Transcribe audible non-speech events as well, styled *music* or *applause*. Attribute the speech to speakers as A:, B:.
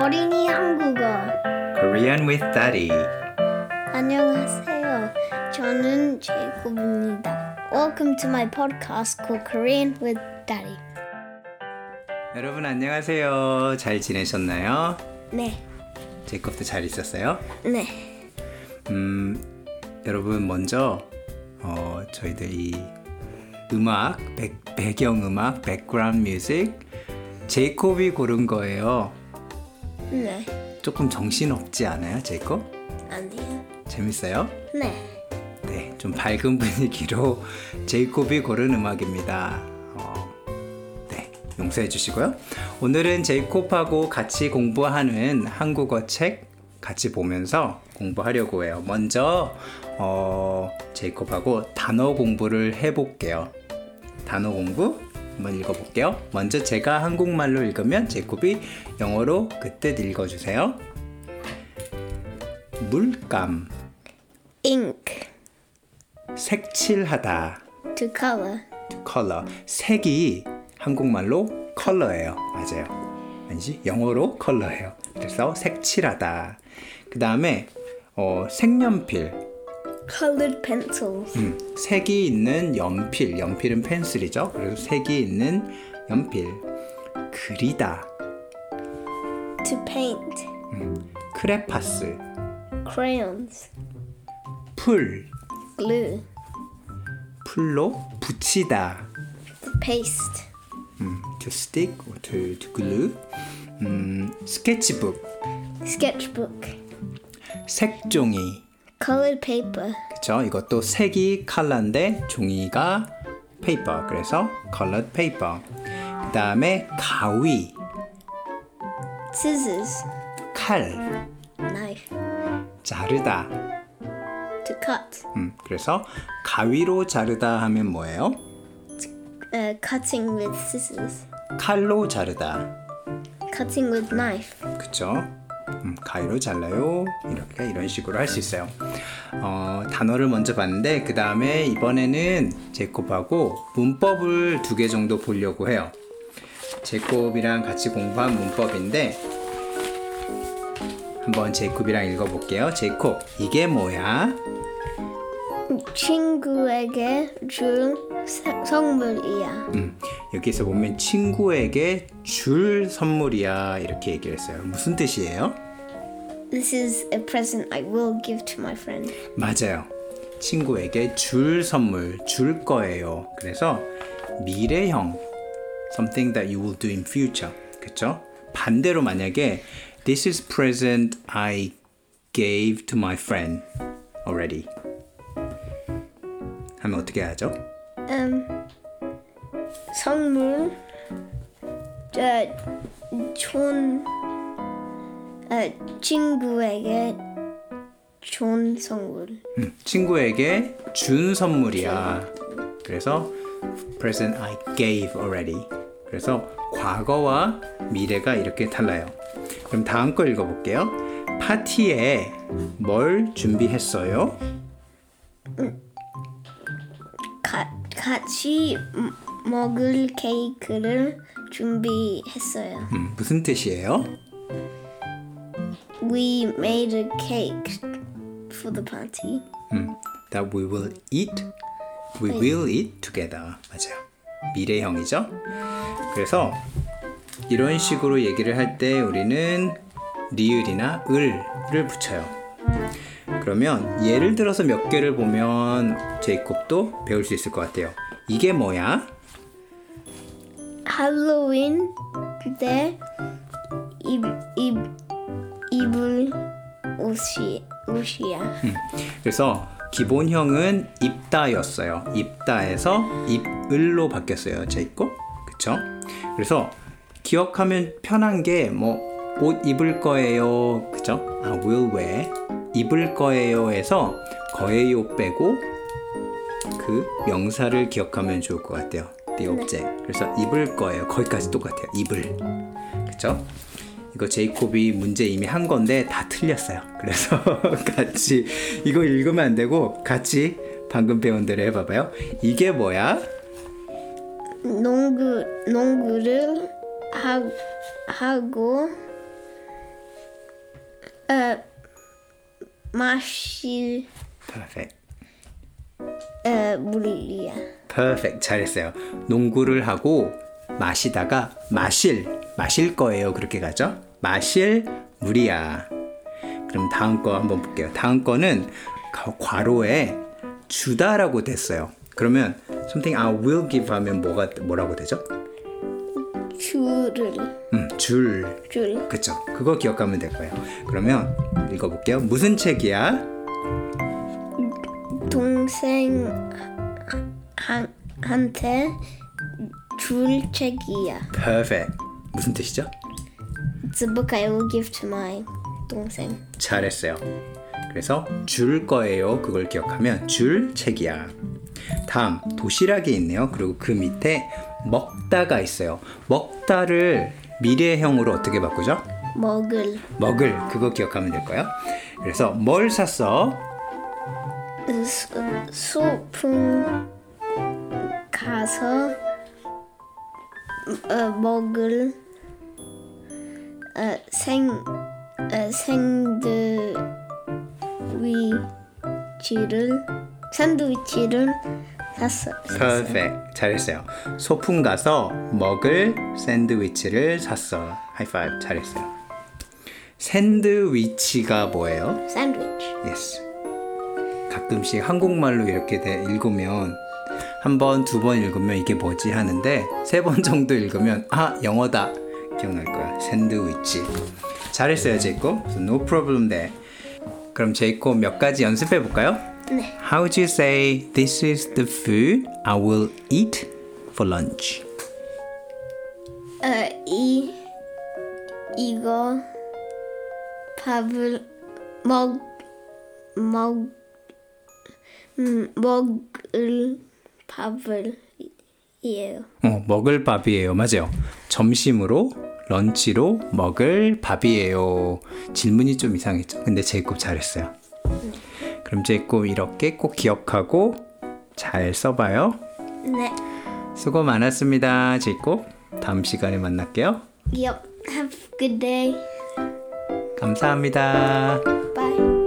A: 어린이 한국어
B: Korean with Daddy.
A: 안녕하세요. 저는 제이콥입니다. Welcome to my podcast called Korean with Daddy.
B: 여러분 안녕하세요. 잘 지내셨나요?
A: 네,
B: 제이콥도 잘 있었어요?
A: 네,
B: 음, 여러분 먼저 어, 저희들 이 음악, 백, 배경 음악, 백그라운드 뮤직 제이콥이 고른 거예요.
A: 네,
B: 조금 정신없지 않아요, 제이콥?
A: 아니요.
B: 재밌어요?
A: 네,
B: 네, 좀 밝은 분위기로 제이콥이 고른 음악입니다. 어, 네, 용서해 주시고요. 오늘은 제이콥하고 같이 공부하는 한국어 책 같이 보면서 공부하려고 해요. 먼저 어, 제이콥하고 단어 공부를 해볼게요. 단어 공부 한번 읽어볼게요. 먼저 제가 한국말로 읽으면 제이콥이 영어로 그뜻 읽어주세요. 물감,
A: ink
B: 색칠하다.
A: to color.
B: 컬러 색이 한국말로 컬러예요 맞아요 아니지 영어로 컬러예요 그래서 색칠하다 그 다음에 어, 색연필
A: Colored pencils.
B: 음, 색이 있는 연필 연필은 펜슬이죠 그래서 색이 있는 연필 그리다
A: To paint.
B: 크레파스
A: Crayons.
B: 풀
A: Glue.
B: 풀로 붙이다
A: To paste.
B: 음, to stick or to, to glue 음, 스케치북
A: Sketchbook.
B: 색종이
A: Colored paper.
B: 그쵸? 이것도 색이 컬러인데 종이가 페이퍼. 그래서 colored paper. 그 다음에 가위,
A: Scissors.
B: 칼,
A: Knife.
B: 자르다.
A: To cut.
B: 음, 그래서 가위로 자르다 하면 뭐예요?
A: Uh, cutting with scissors.
B: 칼로 자르다.
A: Cutting with knife.
B: 그쵸? 음, 가위로 잘라요. 이렇게 이런 식으로 할 수 있어요. 어, 단어를 먼저 봤는데 그 다음에 이번에는 제콥하고 문법을 두 개 정도 보려고 해요. 제콥이랑 같이 공부한 문법인데 한번 제콥이랑 읽어볼게요. 제콥 이게 뭐야?
A: 친구에게 줄 세- 선물이야.
B: 음, 여기서 보면 친구에게 줄 선물이야 이렇게 얘기를 했어요. 무슨 뜻이에요?
A: This is a present I will give to my friend.
B: 맞아요. 친구에게 줄 선물, 줄 거예요. 그래서 미래형 something that you will do in future. 그렇죠? 반대로 만약에 this is present I gave to my friend already. 하면 어떻게 하죠?
A: Um, 선물 저, 좋은 어, 친구에게 좋은 선물.
B: 음, 친구에게 준 선물이야. 그래서 present I gave already. 그래서 과거와 미래가 이렇게 달라요. 그럼 다음 거 읽어볼게요. 파티에 뭘 준비했어요?
A: 가, 같이 음, 먹을 케이크를 준비했어요.
B: 음, 무슨 뜻이에요?
A: We made a cake for the party.
B: 음, that we will eat, we will eat together. 맞아요. 미래형이죠. 그래서 이런 식으로 얘기를 할 때 우리는 리을이나 을을 붙여요. 그러면 예를 들어서 몇 개를 보면 제이콥도 배울 수 있을 것 같아요. 이게 뭐야?
A: 할로윈 때 입, 입, 입을 옷이, 옷이야.
B: 그래서 기본형은 입다였어요. 입다에서 입을로 바뀌었어요. 제이콥. 그쵸? 그래서 기억하면 편한 게 뭐 옷 입을 거예요. 그쵸? 아, will wear. 입을 거예요에서 거예요 빼고 그 명사를 기억하면 좋을 것 같아요. The object. 그래서 입을 거예요. 거기까지 똑같아요. 입을. 그쵸? 이거 제이콥이 문제 이미 한 건데 다 틀렸어요. 그래서 *laughs* 같이 이거 읽으면 안 되고 같이 방금 배운 대로 해봐봐요. 이게 뭐야?
A: 농구, 농구를 하, 하고 e, 마실
B: perfect.
A: 어, 물이야.
B: perfect. 잘했어요. 농구를 하고 마시다가 마실 마실 거예요. 그렇게 가죠. 마실 물이야. 그럼 다음 거 한번 볼게요. 다음 거는 가- 괄호에 주다라고 됐어요. 그러면 something I will give 하면 뭐가 뭐라고 되죠?
A: 줄을
B: 음, 줄.
A: 줄
B: 그쵸. 그거 기억하면 될 거예요. 그러면 읽어볼게요. 무슨 책이야?
A: 동생 한, 한테 줄 책이야.
B: perfect. 무슨 뜻이죠?
A: It's a book I will give to my 동생.
B: 잘했어요. 그래서 줄 거예요. 그걸 기억하면 줄 책이야. 다음 도시락이 있네요. 그리고 그 밑에 먹다가 있어요. 먹다를 미래형으로 어떻게 바꾸죠?
A: 먹을
B: 먹을 그거 기억하면 될 거예요. 그래서 뭘 샀어?
A: 수, 소풍 가서 어, 먹을 어, 생 어, 샌드위치를 샌드위치를 샀어.
B: perfect 잘했어요. 소풍 가서 먹을 샌드위치를 샀어. 하이파이브 잘했어요. 샌드위치가 뭐예요?
A: 샌드위치.
B: Yes. 가끔씩 한국말로 이렇게 돼- 읽으면 한 번, 두 번 읽으면 이게 뭐지 하는데 세 번 정도 읽으면 아 영어다 기억날 거야. 샌드위치. 잘했어요 제이콥. So No problem there. 그럼 제이콥 몇 가지 연습해 볼까요?
A: 네.
B: How would you say this is the food I will eat for lunch?
A: 어, 이 이거 밥을 먹 먹 음, 먹을 밥을 이에요.
B: 어, 먹을 밥이에요. 맞아요. 점심으로 런치로 먹을 밥이에요. 질문이 좀 이상했죠. 근데 제이콥 잘했어요. 그럼 제이콥 이렇게 꼭 기억하고 잘 써봐요.
A: 네.
B: 수고 많았습니다. 제이콥. 다음 시간에 만날게요.
A: Yep. Have a good day.
B: 감사합니다.
A: Bye.